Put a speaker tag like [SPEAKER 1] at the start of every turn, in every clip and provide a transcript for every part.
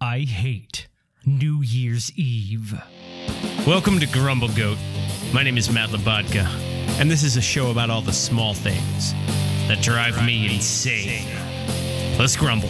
[SPEAKER 1] I hate New Year's Eve.
[SPEAKER 2] Welcome to Grumble Goat. My name is Matt Labodka, and this is a show about all the small things that drive me insane. Let's grumble.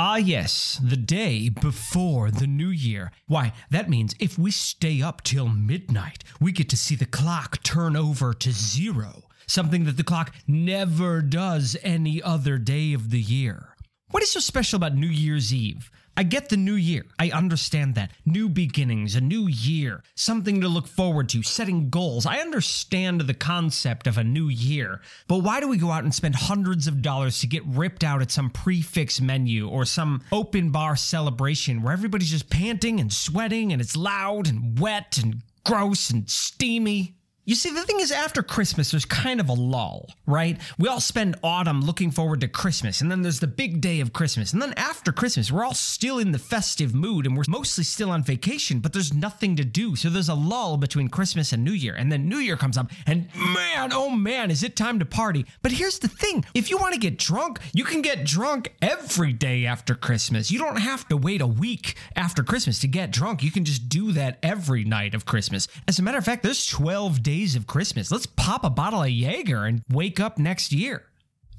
[SPEAKER 1] Ah, yes, the day before the new year. Why, that means if we stay up till midnight, we get to see the clock turn over to zero, something that the clock never does any other day of the year. What is so special about New Year's Eve? I get the new year. I understand that. New beginnings, a new year, something to look forward to, setting goals. I understand the concept of a new year. But why do we go out and spend hundreds of dollars to get ripped out at some prefix menu or some open bar celebration where everybody's just panting and sweating and it's loud and wet and gross and steamy? You see, the thing is, after Christmas, there's kind of a lull, right? We all spend autumn looking forward to Christmas, and then there's the big day of Christmas. And then after Christmas, we're all still in the festive mood and we're mostly still on vacation, but there's nothing to do. So there's a lull between Christmas and New Year. And then New Year comes up, and man, oh man, is it time to party. But here's the thing if you want to get drunk, you can get drunk every day after Christmas. You don't have to wait a week after Christmas to get drunk. You can just do that every night of Christmas. As a matter of fact, there's 12 days of Christmas. Let's pop a bottle of Jaeger and wake up next year.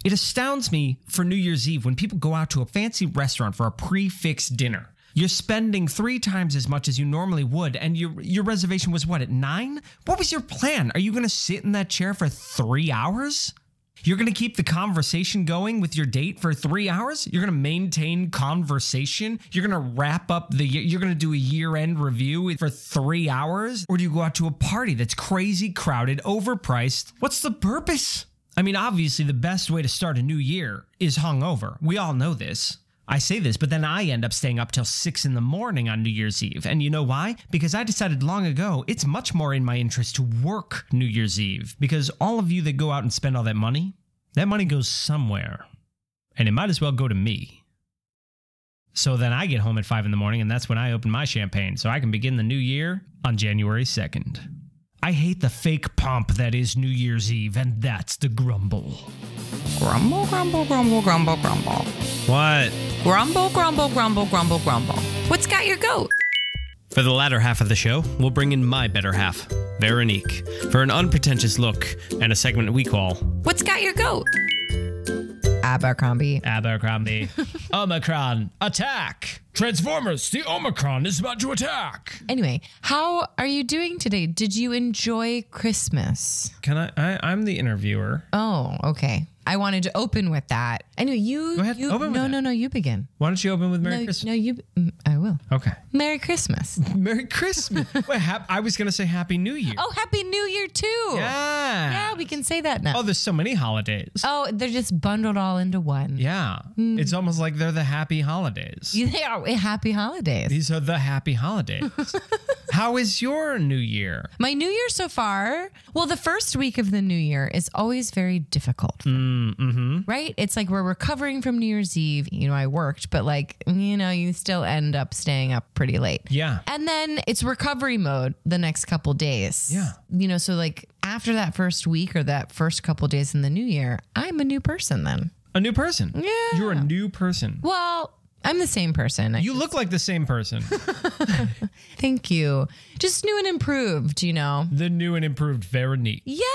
[SPEAKER 1] It astounds me for New Year's Eve when people go out to a fancy restaurant for a prefix dinner. You're spending three times as much as you normally would, and your your reservation was what at nine? What was your plan? Are you gonna sit in that chair for three hours? You're going to keep the conversation going with your date for three hours. You're going to maintain conversation. You're going to wrap up the, you're going to do a year end review for three hours. Or do you go out to a party that's crazy crowded, overpriced? What's the purpose? I mean, obviously, the best way to start a new year is hungover. We all know this. I say this, but then I end up staying up till six in the morning on New Year's Eve. And you know why? Because I decided long ago it's much more in my interest to work New Year's Eve. Because all of you that go out and spend all that money, that money goes somewhere. And it might as well go to me. So then I get home at five in the morning, and that's when I open my champagne so I can begin the new year on January 2nd. I hate the fake pomp that is New Year's Eve, and that's the grumble.
[SPEAKER 3] Grumble, grumble, grumble, grumble, grumble.
[SPEAKER 2] What?
[SPEAKER 3] Grumble, grumble, grumble, grumble, grumble. What's got your goat?
[SPEAKER 2] For the latter half of the show, we'll bring in my better half, Veronique, for an unpretentious look and a segment we call
[SPEAKER 3] What's got your goat? Abercrombie.
[SPEAKER 2] Abercrombie. Omicron, attack! Transformers, the Omicron is about to attack!
[SPEAKER 4] Anyway, how are you doing today? Did you enjoy Christmas?
[SPEAKER 2] Can I? I I'm the interviewer.
[SPEAKER 4] Oh, okay. I wanted to open with that. Anyway, you
[SPEAKER 2] ahead,
[SPEAKER 4] you
[SPEAKER 2] open with
[SPEAKER 4] no
[SPEAKER 2] that.
[SPEAKER 4] no no you begin.
[SPEAKER 2] Why don't you open with Merry
[SPEAKER 4] no,
[SPEAKER 2] Christmas? Oh.
[SPEAKER 4] no you mm, I will.
[SPEAKER 2] Okay.
[SPEAKER 4] Merry Christmas.
[SPEAKER 2] Merry Christmas. Wait, hap- I was going to say Happy New Year.
[SPEAKER 4] Oh, happy New Year too.
[SPEAKER 2] yeah.
[SPEAKER 4] Yeah, we can say that
[SPEAKER 2] Oh,
[SPEAKER 4] now.
[SPEAKER 2] there's so many holidays.
[SPEAKER 4] Oh, Hmm. they're just bundled all into one.
[SPEAKER 2] Yeah. It's almost like they're the happy holidays.
[SPEAKER 4] You- They are happy holidays.
[SPEAKER 2] These are the happy holidays. How is your new year?
[SPEAKER 4] My new year so far, well, the first week of the new year is always very difficult. Mm, mm-hmm. Right? It's like we're recovering from New Year's Eve. You know, I worked, but like, you know, you still end up staying up pretty late.
[SPEAKER 2] Yeah.
[SPEAKER 4] And then it's recovery mode the next couple days.
[SPEAKER 2] Yeah.
[SPEAKER 4] You know, so like after that first week or that first couple days in the new year, I'm a new person then.
[SPEAKER 2] A new person.
[SPEAKER 4] Yeah.
[SPEAKER 2] You're a new person.
[SPEAKER 4] Well, I'm the same person. I
[SPEAKER 2] You look like the same person.
[SPEAKER 4] Thank you. Just new and improved, you know.
[SPEAKER 2] the new and improved Veronique.
[SPEAKER 4] Yeah,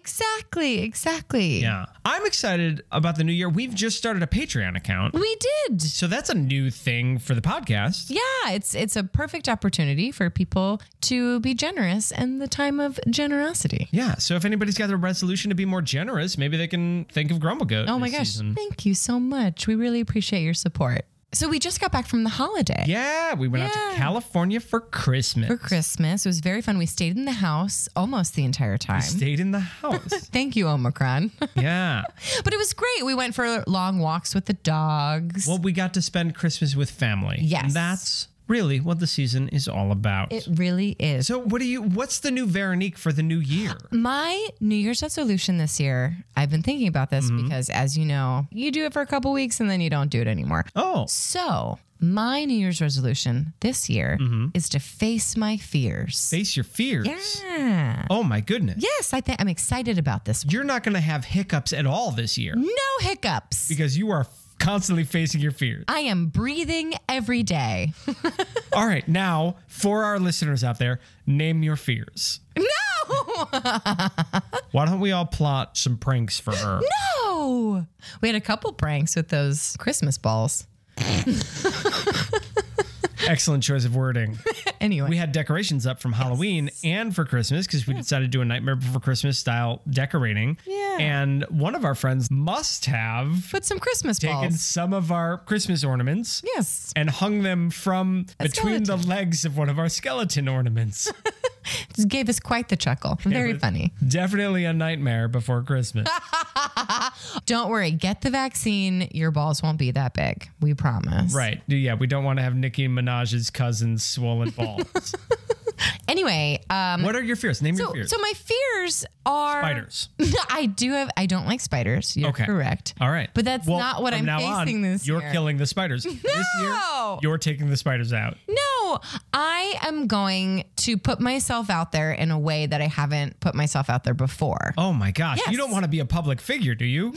[SPEAKER 4] exactly. Exactly.
[SPEAKER 2] Yeah. I'm excited about the new year. We've just started a Patreon account.
[SPEAKER 4] We did.
[SPEAKER 2] So that's a new thing for the podcast.
[SPEAKER 4] Yeah, it's it's a perfect opportunity for people to be generous and the time of generosity.
[SPEAKER 2] Yeah. So if anybody's got a resolution to be more generous, maybe they can think of Grumble Goat.
[SPEAKER 4] Oh my
[SPEAKER 2] this
[SPEAKER 4] gosh.
[SPEAKER 2] season.
[SPEAKER 4] Thank you so much. We really appreciate your support. So we just got back from the holiday.
[SPEAKER 2] Yeah, we went out to
[SPEAKER 4] Yeah.
[SPEAKER 2] California for Christmas.
[SPEAKER 4] For Christmas. It was very fun. We stayed in the house almost the entire time.
[SPEAKER 2] Stayed in the house.
[SPEAKER 4] Thank you, Omicron.
[SPEAKER 2] yeah.
[SPEAKER 4] but it was great. We went for long walks with the dogs.
[SPEAKER 2] Well, we got to spend Christmas with family.
[SPEAKER 4] Yes.
[SPEAKER 2] And that's really what the season is all about.
[SPEAKER 4] it really is.
[SPEAKER 2] so what do you what's the new Veronique for the new year?
[SPEAKER 4] My New Year's resolution this year, I've been thinking about this
[SPEAKER 2] Mm-hmm.
[SPEAKER 4] because, as you know, you do it for a couple weeks and then you don't do it anymore.
[SPEAKER 2] Oh.
[SPEAKER 4] So, my New Year's resolution this year
[SPEAKER 1] Mm-hmm.
[SPEAKER 4] is to face my fears.
[SPEAKER 2] Face your fears.
[SPEAKER 4] yeah.
[SPEAKER 2] Oh my goodness.
[SPEAKER 4] Yes, I think I'm excited about this. Mm.
[SPEAKER 2] You're not gonna have hiccups at all this year
[SPEAKER 4] No hiccups.
[SPEAKER 2] because you are
[SPEAKER 1] constantly facing your fears.
[SPEAKER 4] I am breathing every day.
[SPEAKER 1] All right, now for our listeners out there, name your fears.
[SPEAKER 4] no!
[SPEAKER 1] Why don't we all plot some pranks for her?
[SPEAKER 4] No! We had a couple pranks with those Christmas balls.
[SPEAKER 1] Excellent choice of wording.
[SPEAKER 4] Anyway.
[SPEAKER 1] We had decorations up from Halloween and for Christmas because we decided to do a Nightmare Before Christmas style decorating.
[SPEAKER 4] Yeah.
[SPEAKER 1] And one of our friends must have
[SPEAKER 4] Put some Christmas
[SPEAKER 1] taken
[SPEAKER 4] balls.
[SPEAKER 1] some of our Christmas ornaments.
[SPEAKER 4] Yes.
[SPEAKER 1] And hung them from between the legs of one of our skeleton ornaments.
[SPEAKER 4] It gave us quite the chuckle. Very funny.
[SPEAKER 1] Definitely a nightmare before Christmas.
[SPEAKER 4] Don't worry, get the vaccine. Your balls won't be that big. We promise.
[SPEAKER 1] right. Yeah, we don't want to have Nicki Minaj's cousin's swollen balls.
[SPEAKER 4] Anyway, um
[SPEAKER 1] what are your fears? Name your
[SPEAKER 4] so,
[SPEAKER 1] fears.
[SPEAKER 4] so my fears are
[SPEAKER 1] Spiders.
[SPEAKER 4] I do have I don't like spiders. You're
[SPEAKER 1] Okay. Uh,
[SPEAKER 4] correct.
[SPEAKER 1] All right.
[SPEAKER 4] But that's
[SPEAKER 1] Well,
[SPEAKER 4] not what
[SPEAKER 1] from
[SPEAKER 4] I'm
[SPEAKER 1] now
[SPEAKER 4] facing
[SPEAKER 1] on,
[SPEAKER 4] this
[SPEAKER 1] You're
[SPEAKER 4] year.
[SPEAKER 1] killing the spiders. This year,
[SPEAKER 4] No!
[SPEAKER 1] you're taking the spiders out.
[SPEAKER 4] No, I am going to put myself out there in a way that I haven't put myself out there before.
[SPEAKER 1] Oh my gosh. You
[SPEAKER 4] Yes.
[SPEAKER 1] don't want to be a public figure, do you? Oh.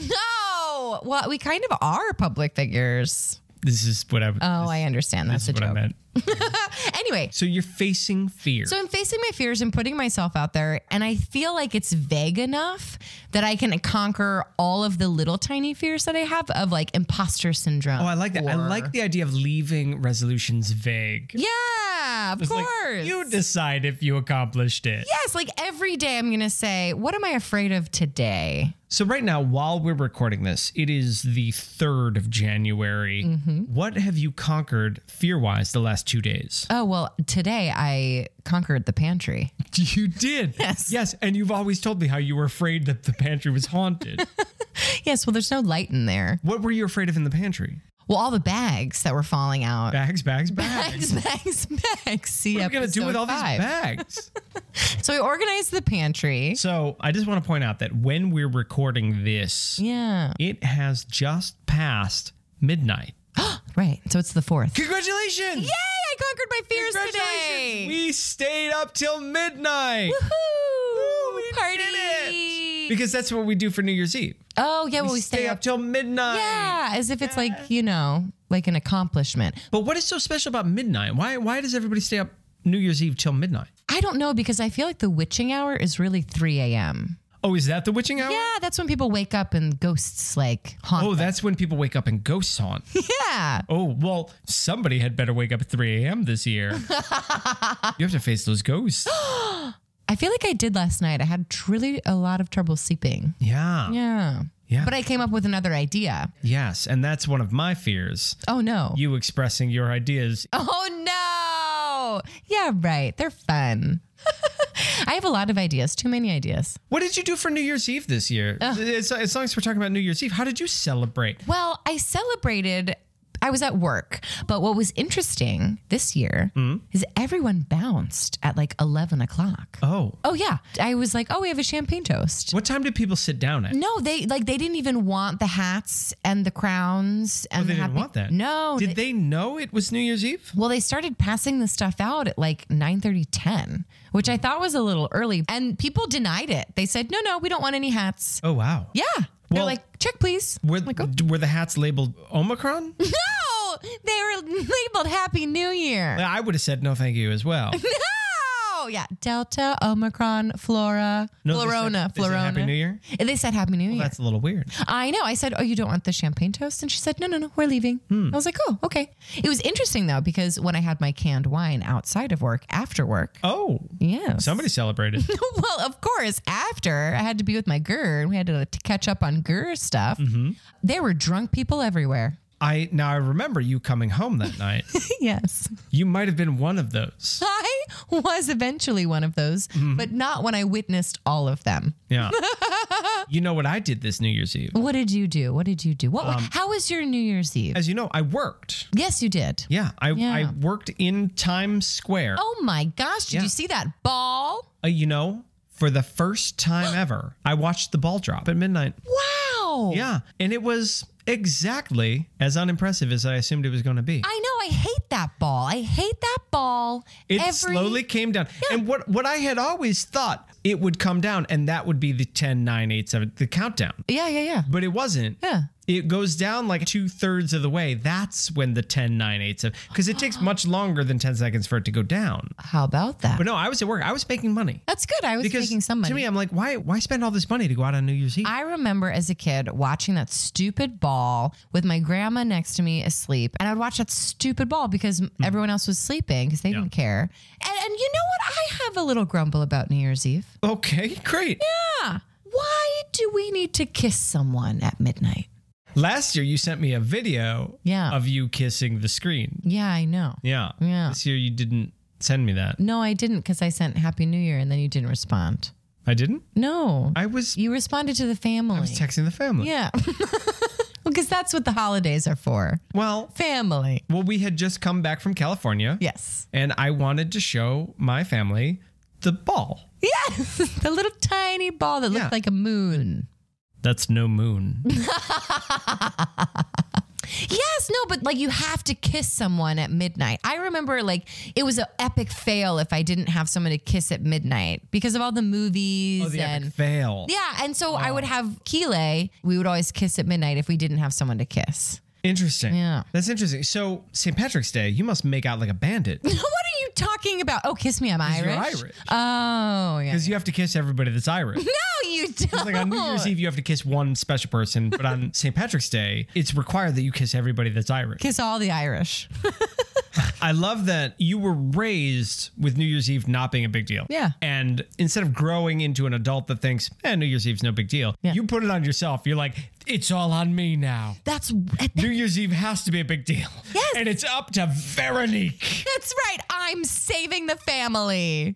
[SPEAKER 4] No. Well, we kind of are public figures.
[SPEAKER 1] this is what I,
[SPEAKER 4] Oh, I understand. That's
[SPEAKER 1] this
[SPEAKER 4] a
[SPEAKER 1] is what I
[SPEAKER 4] joke.
[SPEAKER 1] meant.
[SPEAKER 4] Anyway,
[SPEAKER 1] So you're facing fear.
[SPEAKER 4] so I'm facing my fears and putting myself out there, and I feel like it's vague enough that I can conquer all of the little tiny fears that I have of like imposter syndrome.
[SPEAKER 1] oh, I like that. I like the idea of leaving resolutions vague.
[SPEAKER 4] Yeah, of
[SPEAKER 1] It's like,
[SPEAKER 4] course.
[SPEAKER 1] you decide if you accomplished it.
[SPEAKER 4] yes, like every day I'm going to say, what am I afraid of today?
[SPEAKER 1] So right now, while we're recording this, it is the third of January. What have you conquered fear-wise the last two days?
[SPEAKER 4] Oh, well, today I conquered the pantry.
[SPEAKER 1] You did.
[SPEAKER 4] Yes.
[SPEAKER 1] Yes. And you've always told me how you were afraid that the pantry was haunted.
[SPEAKER 4] Yes, well, there's no light in there.
[SPEAKER 1] what were you afraid of in the pantry?
[SPEAKER 4] Well, all the bags that were falling out.
[SPEAKER 1] Bags, bags, bags.
[SPEAKER 4] Bags, bags, bags. See,
[SPEAKER 1] What are we going to do with all these bags?
[SPEAKER 4] bags? So we organized the pantry.
[SPEAKER 1] so I just want to point out that when we're recording this,
[SPEAKER 4] Yeah,
[SPEAKER 1] it has just passed midnight.
[SPEAKER 4] right. So it's the fourth. Yay!
[SPEAKER 1] Congratulations! Yay!
[SPEAKER 4] I conquered my fears today.
[SPEAKER 1] We stayed up till midnight.
[SPEAKER 4] Woohoo! Party.
[SPEAKER 1] Because that's what we do for New Year's Eve.
[SPEAKER 4] oh yeah, well we
[SPEAKER 1] Stay up till midnight.
[SPEAKER 4] Yeah, as if it's like you know, like an accomplishment.
[SPEAKER 1] But what is so special about midnight? Why why does everybody stay up New Year's Eve till midnight?
[SPEAKER 4] I don't know because I feel like the witching hour is really three a.m.
[SPEAKER 1] Oh, is that the witching hour?
[SPEAKER 4] Yeah, that's when people wake up and ghosts like haunt.
[SPEAKER 1] Oh,
[SPEAKER 4] them.
[SPEAKER 1] that's when people wake up and ghosts haunt.
[SPEAKER 4] yeah.
[SPEAKER 1] oh, well, somebody had better wake up at 3 a.m. this year. you have to face those ghosts.
[SPEAKER 4] I feel like I did last night. I had tr- really a lot of trouble sleeping.
[SPEAKER 1] yeah.
[SPEAKER 4] Yeah.
[SPEAKER 1] Yeah.
[SPEAKER 4] But I came up with another idea.
[SPEAKER 1] Yes. And that's one of my fears.
[SPEAKER 4] Oh no.
[SPEAKER 1] You expressing your ideas.
[SPEAKER 4] oh no. Yeah, right. They're fun. I have a lot of ideas, too many ideas.
[SPEAKER 1] What did you do for New Year's Eve this year? As, as long as we're talking about New Year's Eve, how did you celebrate?
[SPEAKER 4] Well, I celebrated I was at work, but what was interesting this year
[SPEAKER 1] Mm-hmm.
[SPEAKER 4] is everyone bounced at like 11 o'clock.
[SPEAKER 1] Oh,
[SPEAKER 4] Oh, yeah. I was like, oh, we have a champagne toast.
[SPEAKER 1] what time did people sit down at?
[SPEAKER 4] No, they like they didn't even want the hats and the crowns and
[SPEAKER 1] Oh, they
[SPEAKER 4] the
[SPEAKER 1] didn't
[SPEAKER 4] happy-
[SPEAKER 1] want that.
[SPEAKER 4] No,
[SPEAKER 1] Did they know it was New Year's Eve?
[SPEAKER 4] Well, they started passing the stuff out at like 9 30, 10, which
[SPEAKER 1] Hmm.
[SPEAKER 4] I thought was a little early. And people denied it. They said, no, no, we don't want any hats.
[SPEAKER 1] Oh, wow.
[SPEAKER 4] Yeah. They're
[SPEAKER 1] Well-
[SPEAKER 4] like, check, please.
[SPEAKER 1] Were, were the hats labeled Omicron?
[SPEAKER 4] No, they were labeled Happy New Year.
[SPEAKER 1] I would have said no, thank you as well.
[SPEAKER 4] No. Yeah. Delta, Omicron, Flora,
[SPEAKER 1] No, they said-
[SPEAKER 4] Florona,
[SPEAKER 1] they said
[SPEAKER 4] Florona.
[SPEAKER 1] Happy New Year.
[SPEAKER 4] And They said Happy New Year.
[SPEAKER 1] That's a little weird.
[SPEAKER 4] I know. I said, Oh, you don't want the champagne toast? And she said, No, no, no, we're leaving.
[SPEAKER 1] Hmm.
[SPEAKER 4] I was like, Oh, okay. It was interesting though, because when I had my canned wine outside of work after work,
[SPEAKER 1] Oh,
[SPEAKER 4] yeah.
[SPEAKER 1] somebody celebrated.
[SPEAKER 4] well, of course, after I had to be with my Gur and we had to, to catch up on Gur stuff,
[SPEAKER 1] Mm-hmm.
[SPEAKER 4] there were drunk people everywhere.
[SPEAKER 1] I now I remember you coming home that night.
[SPEAKER 4] yes.
[SPEAKER 1] You might have been one of those.
[SPEAKER 4] I was eventually one of those,
[SPEAKER 1] Mm-hmm.
[SPEAKER 4] but not when I witnessed all of them.
[SPEAKER 1] Yeah. you know what I did this New Year's Eve?
[SPEAKER 4] What did you do? What did you do? What? how was your New Year's Eve?
[SPEAKER 1] As you know, Um, I worked.
[SPEAKER 4] yes, you did.
[SPEAKER 1] Yeah, I I
[SPEAKER 4] Yeah.
[SPEAKER 1] worked in Times Square.
[SPEAKER 4] Oh my gosh, did
[SPEAKER 1] Yeah.
[SPEAKER 4] you see that ball?
[SPEAKER 1] Uh, you know, for the first time ever, I watched the ball drop at midnight.
[SPEAKER 4] Wow.
[SPEAKER 1] Yeah, and it was exactly as unimpressive as I assumed it was going to be.
[SPEAKER 4] I know. I hate that ball. I hate that ball.
[SPEAKER 1] It
[SPEAKER 4] Every-
[SPEAKER 1] slowly came down. And what what I had always thought it would come down and that would be the 10 9 8 7 the countdown.
[SPEAKER 4] Yeah, yeah, yeah.
[SPEAKER 1] But it wasn't.
[SPEAKER 4] Yeah.
[SPEAKER 1] it goes down like two thirds of the way. That's when the 10, 9, 8, 7, because it takes much longer than 10 seconds for it to go down.
[SPEAKER 4] How about that?
[SPEAKER 1] But no, I was at work. I was making money.
[SPEAKER 4] That's good. I was
[SPEAKER 1] Because
[SPEAKER 4] making some money.
[SPEAKER 1] to me, I'm like, why, why spend all this money to go out on New Year's Eve?
[SPEAKER 4] I remember as a kid watching that stupid ball with my grandma next to me asleep. And I'd watch that stupid ball because
[SPEAKER 1] Mm-hmm.
[SPEAKER 4] everyone else was sleeping because they didn't care. And, and you know what? I have a little grumble about New Year's Eve.
[SPEAKER 1] okay, great.
[SPEAKER 4] Why do we need to kiss someone at midnight?
[SPEAKER 1] Last year, you sent me a video
[SPEAKER 4] Yeah.
[SPEAKER 1] of you kissing the screen.
[SPEAKER 4] Yeah, I know.
[SPEAKER 1] Yeah.
[SPEAKER 4] Yeah.
[SPEAKER 1] This year, you didn't send me that.
[SPEAKER 4] No, I didn't because I sent Happy New Year and then you didn't respond.
[SPEAKER 1] I didn't.
[SPEAKER 4] No.
[SPEAKER 1] I was,
[SPEAKER 4] you responded to the family.
[SPEAKER 1] I was texting the family.
[SPEAKER 4] yeah. Because that's what the holidays are for
[SPEAKER 1] Well,
[SPEAKER 4] family.
[SPEAKER 1] well, we had just come back from California.
[SPEAKER 4] Yes.
[SPEAKER 1] and I wanted to show my family the ball.
[SPEAKER 4] Yes. the little tiny ball that looked
[SPEAKER 1] Yeah.
[SPEAKER 4] like a moon.
[SPEAKER 1] That's no moon.
[SPEAKER 4] Yes, no, but like you have to kiss someone at midnight. I remember like it was an epic fail if I didn't have someone to kiss at midnight because of all the movies
[SPEAKER 1] oh, the
[SPEAKER 4] and
[SPEAKER 1] epic fail.
[SPEAKER 4] yeah. And so I would have Kile. We would always kiss at midnight if we didn't have someone to kiss.
[SPEAKER 1] Interesting.
[SPEAKER 4] Yeah.
[SPEAKER 1] That's interesting. So St. Patrick's Day, you must make out like a bandit
[SPEAKER 4] what are you talking about? Oh, kiss me. I'm Irish.
[SPEAKER 1] you're Irish.
[SPEAKER 4] Oh, yeah.
[SPEAKER 1] because you have to kiss everybody that's Irish.
[SPEAKER 4] No, you don't.
[SPEAKER 1] Like on New Year's Eve, you have to kiss one special person, but on St. Patrick's Day, it's required that you kiss everybody that's Irish.
[SPEAKER 4] kiss all the Irish.
[SPEAKER 1] I love that you were raised with New Year's Eve not being a big deal.
[SPEAKER 4] Yeah.
[SPEAKER 1] And instead of growing into an adult that thinks, eh, New Year's Eve's no big deal,
[SPEAKER 4] Yeah.
[SPEAKER 1] you put it on yourself. You're like, it's all on me now.
[SPEAKER 4] That's
[SPEAKER 1] New Year's Eve has to be a big deal.
[SPEAKER 4] Yes.
[SPEAKER 1] And it's up to Veronique.
[SPEAKER 4] that's right. I'm saving the family.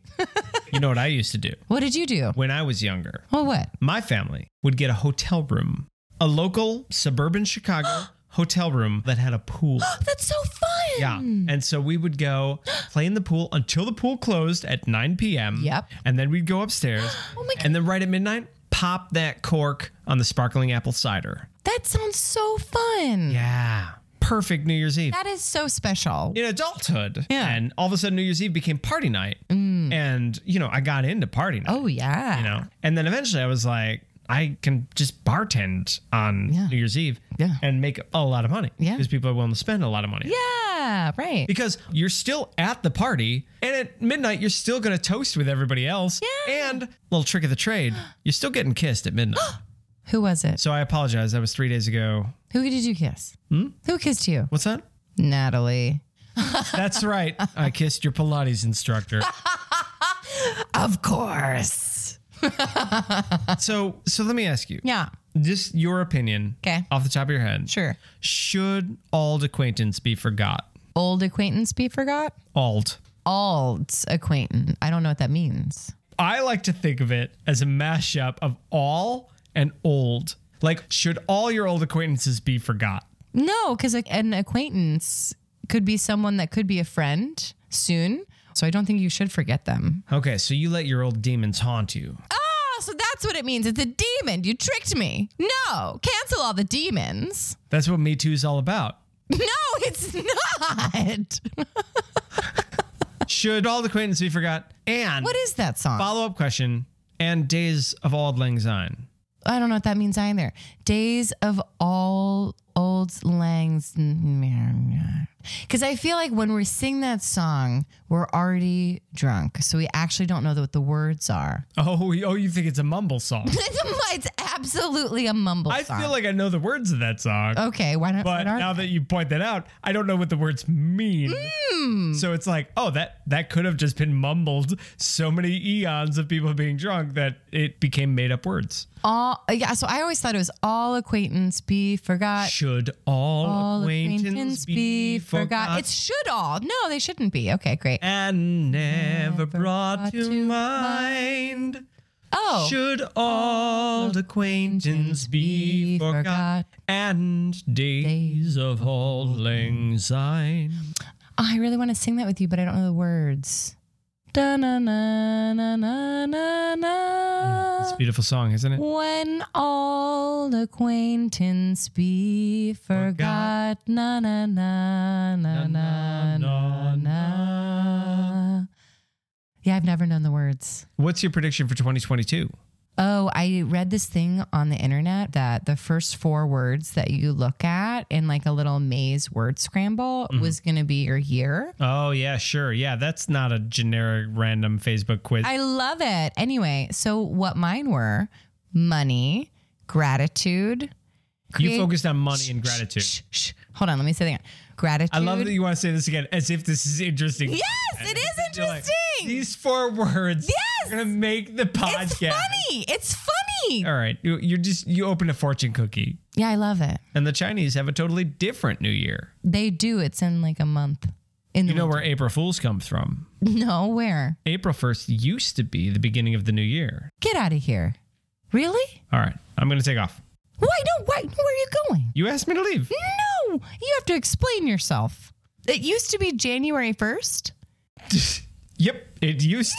[SPEAKER 1] you know what I used to do
[SPEAKER 4] What did you do?
[SPEAKER 1] when I was younger?
[SPEAKER 4] Well, what?
[SPEAKER 1] My family would get a hotel room, a local suburban Chicago hotel room that had a pool.
[SPEAKER 4] Oh, That's so fun.
[SPEAKER 1] Yeah.
[SPEAKER 4] Hmm.
[SPEAKER 1] And so we would go play in the pool until the pool closed at 9 p.m.
[SPEAKER 4] Yep.
[SPEAKER 1] And then we'd go upstairs.
[SPEAKER 4] Oh my God.
[SPEAKER 1] And then right at midnight, pop that cork on the sparkling apple cider.
[SPEAKER 4] That sounds so fun.
[SPEAKER 1] Yeah. Perfect New Year's Eve.
[SPEAKER 4] That is so special.
[SPEAKER 1] in adulthood.
[SPEAKER 4] Yeah. Mm.
[SPEAKER 1] And all of a sudden, New Year's Eve became party night. And, you know, I got into party night,
[SPEAKER 4] Oh yeah.
[SPEAKER 1] you know? And then eventually I was like, I can just bartend on
[SPEAKER 4] Yeah.
[SPEAKER 1] New Year's Eve
[SPEAKER 4] Yeah.
[SPEAKER 1] and make a lot of money.
[SPEAKER 4] Yeah.
[SPEAKER 1] Because people are willing to spend a lot of money.
[SPEAKER 4] Yeah, right.
[SPEAKER 1] Because you're still at the party and at midnight, you're still going to toast with everybody else.
[SPEAKER 4] Yeah.
[SPEAKER 1] And little trick of the trade, you're still getting kissed at midnight.
[SPEAKER 4] Who was it?
[SPEAKER 1] so I apologize. That was three days ago.
[SPEAKER 4] Who did you kiss?
[SPEAKER 1] Hmm?
[SPEAKER 4] Who kissed you?
[SPEAKER 1] What's that?
[SPEAKER 4] Natalie.
[SPEAKER 1] That's right. I kissed your Pilates instructor.
[SPEAKER 4] Of course.
[SPEAKER 1] So, so let me ask you.
[SPEAKER 4] Yeah.
[SPEAKER 1] just your opinion
[SPEAKER 4] 'Kay.
[SPEAKER 1] off the top of your head
[SPEAKER 4] Sure.
[SPEAKER 1] should old acquaintance be forgot
[SPEAKER 4] Old acquaintance be forgot?
[SPEAKER 1] old
[SPEAKER 4] Old acquaintance. I don't know what that means.
[SPEAKER 1] i like to think of it as a mashup of all and old like should all your old acquaintances be forgot
[SPEAKER 4] No, because an acquaintance could be someone that could be a friend soon. So I don't think you should forget them.
[SPEAKER 1] okay so you let your old demons haunt you
[SPEAKER 4] Oh, so that's what it means. It's a demon. You tricked me. No, cancel all the demons.
[SPEAKER 1] that's what me too is all about
[SPEAKER 4] No, it's not.
[SPEAKER 1] should all acquaintance be forgot and
[SPEAKER 4] What is that song?
[SPEAKER 1] follow-up question and days of auld lang syne
[SPEAKER 4] I don't know what that means either. Days of all old langs. Because I feel like when we sing that song, we're already drunk. So we actually don't know what the words are.
[SPEAKER 1] oh, oh you think it's a mumble song
[SPEAKER 4] It's, a- it's absolutely a mumble
[SPEAKER 1] i
[SPEAKER 4] song.
[SPEAKER 1] feel like i know the words of that song
[SPEAKER 4] okay, why not?
[SPEAKER 1] But
[SPEAKER 4] what are
[SPEAKER 1] now
[SPEAKER 4] they?
[SPEAKER 1] that you point that out, I don't know what the words mean.
[SPEAKER 4] Hmm.
[SPEAKER 1] So it's like, oh, that that could have just been mumbled so many eons of people being drunk that it became made up words.
[SPEAKER 4] all, yeah, so I always thought it was all acquaintance be forgot.
[SPEAKER 1] Should all,
[SPEAKER 4] All
[SPEAKER 1] acquaintance,
[SPEAKER 4] acquaintance
[SPEAKER 1] be forgot,
[SPEAKER 4] It's should all. No, they shouldn't be. Okay, great.
[SPEAKER 1] and never brought to
[SPEAKER 4] to
[SPEAKER 1] mind?
[SPEAKER 4] Oh,
[SPEAKER 1] Should all acquaintance be
[SPEAKER 4] be
[SPEAKER 1] forgot
[SPEAKER 4] forgot.
[SPEAKER 1] and days of auld lang syne?
[SPEAKER 4] Oh, I really want to sing that with you, but I don't know the words. Da na na na na na
[SPEAKER 1] Mm, It's a
[SPEAKER 4] na.
[SPEAKER 1] beautiful song, isn't it?
[SPEAKER 4] When all acquaintance be forgot, na na na na na na na. Yeah, I've never known the words.
[SPEAKER 1] What's your prediction for 2022?
[SPEAKER 4] Oh, I read this thing on the internet that the first four words that you look at in like a little maze word scramble was going to be your year.
[SPEAKER 1] Oh, yeah, sure. Yeah, that's not a generic random Facebook quiz.
[SPEAKER 4] I love it. Anyway, so what mine were money, gratitude.
[SPEAKER 1] you
[SPEAKER 4] create-
[SPEAKER 1] focused on money and gratitude.
[SPEAKER 4] Shh, shh. Hold on, let me say that again. Gratitude.
[SPEAKER 1] I love that you want to say this again as if this is interesting.
[SPEAKER 4] Yes, it is
[SPEAKER 1] You're like,
[SPEAKER 4] interesting.
[SPEAKER 1] These four words
[SPEAKER 4] Yes!
[SPEAKER 1] are going to make the podcast.
[SPEAKER 4] it's funny. It's funny.
[SPEAKER 1] All right. You- You're just, you open a fortune cookie,
[SPEAKER 4] Yeah, I love it.
[SPEAKER 1] and the Chinese have a totally different New Year.
[SPEAKER 4] They do. It's in like a month. In the
[SPEAKER 1] You know where April Fools comes from?
[SPEAKER 4] nowhere.
[SPEAKER 1] April 1st used to be the beginning of the new year.
[SPEAKER 4] Get out of here. Really?
[SPEAKER 1] All right. I'm going to take off.
[SPEAKER 4] Why no? Why? Where are you going?
[SPEAKER 1] You asked me to leave.
[SPEAKER 4] No, you have to explain yourself. It used to be January first.
[SPEAKER 1] yep. It used to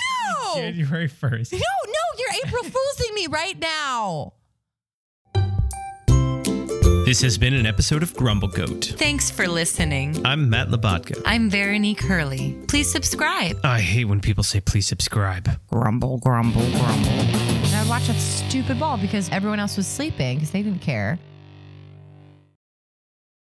[SPEAKER 1] be
[SPEAKER 4] No!
[SPEAKER 1] January 1st.
[SPEAKER 4] No, no, you're April Foolsing me right now.
[SPEAKER 1] This has been an episode of Grumble Goat.
[SPEAKER 5] Thanks for listening.
[SPEAKER 1] I'm Matt Labatka.
[SPEAKER 5] I'm Veronique Hurley. Please subscribe.
[SPEAKER 1] I hate when people say please subscribe.
[SPEAKER 5] Grumble, grumble, grumble.
[SPEAKER 4] And I watched that stupid ball because everyone else was sleeping because they didn't care.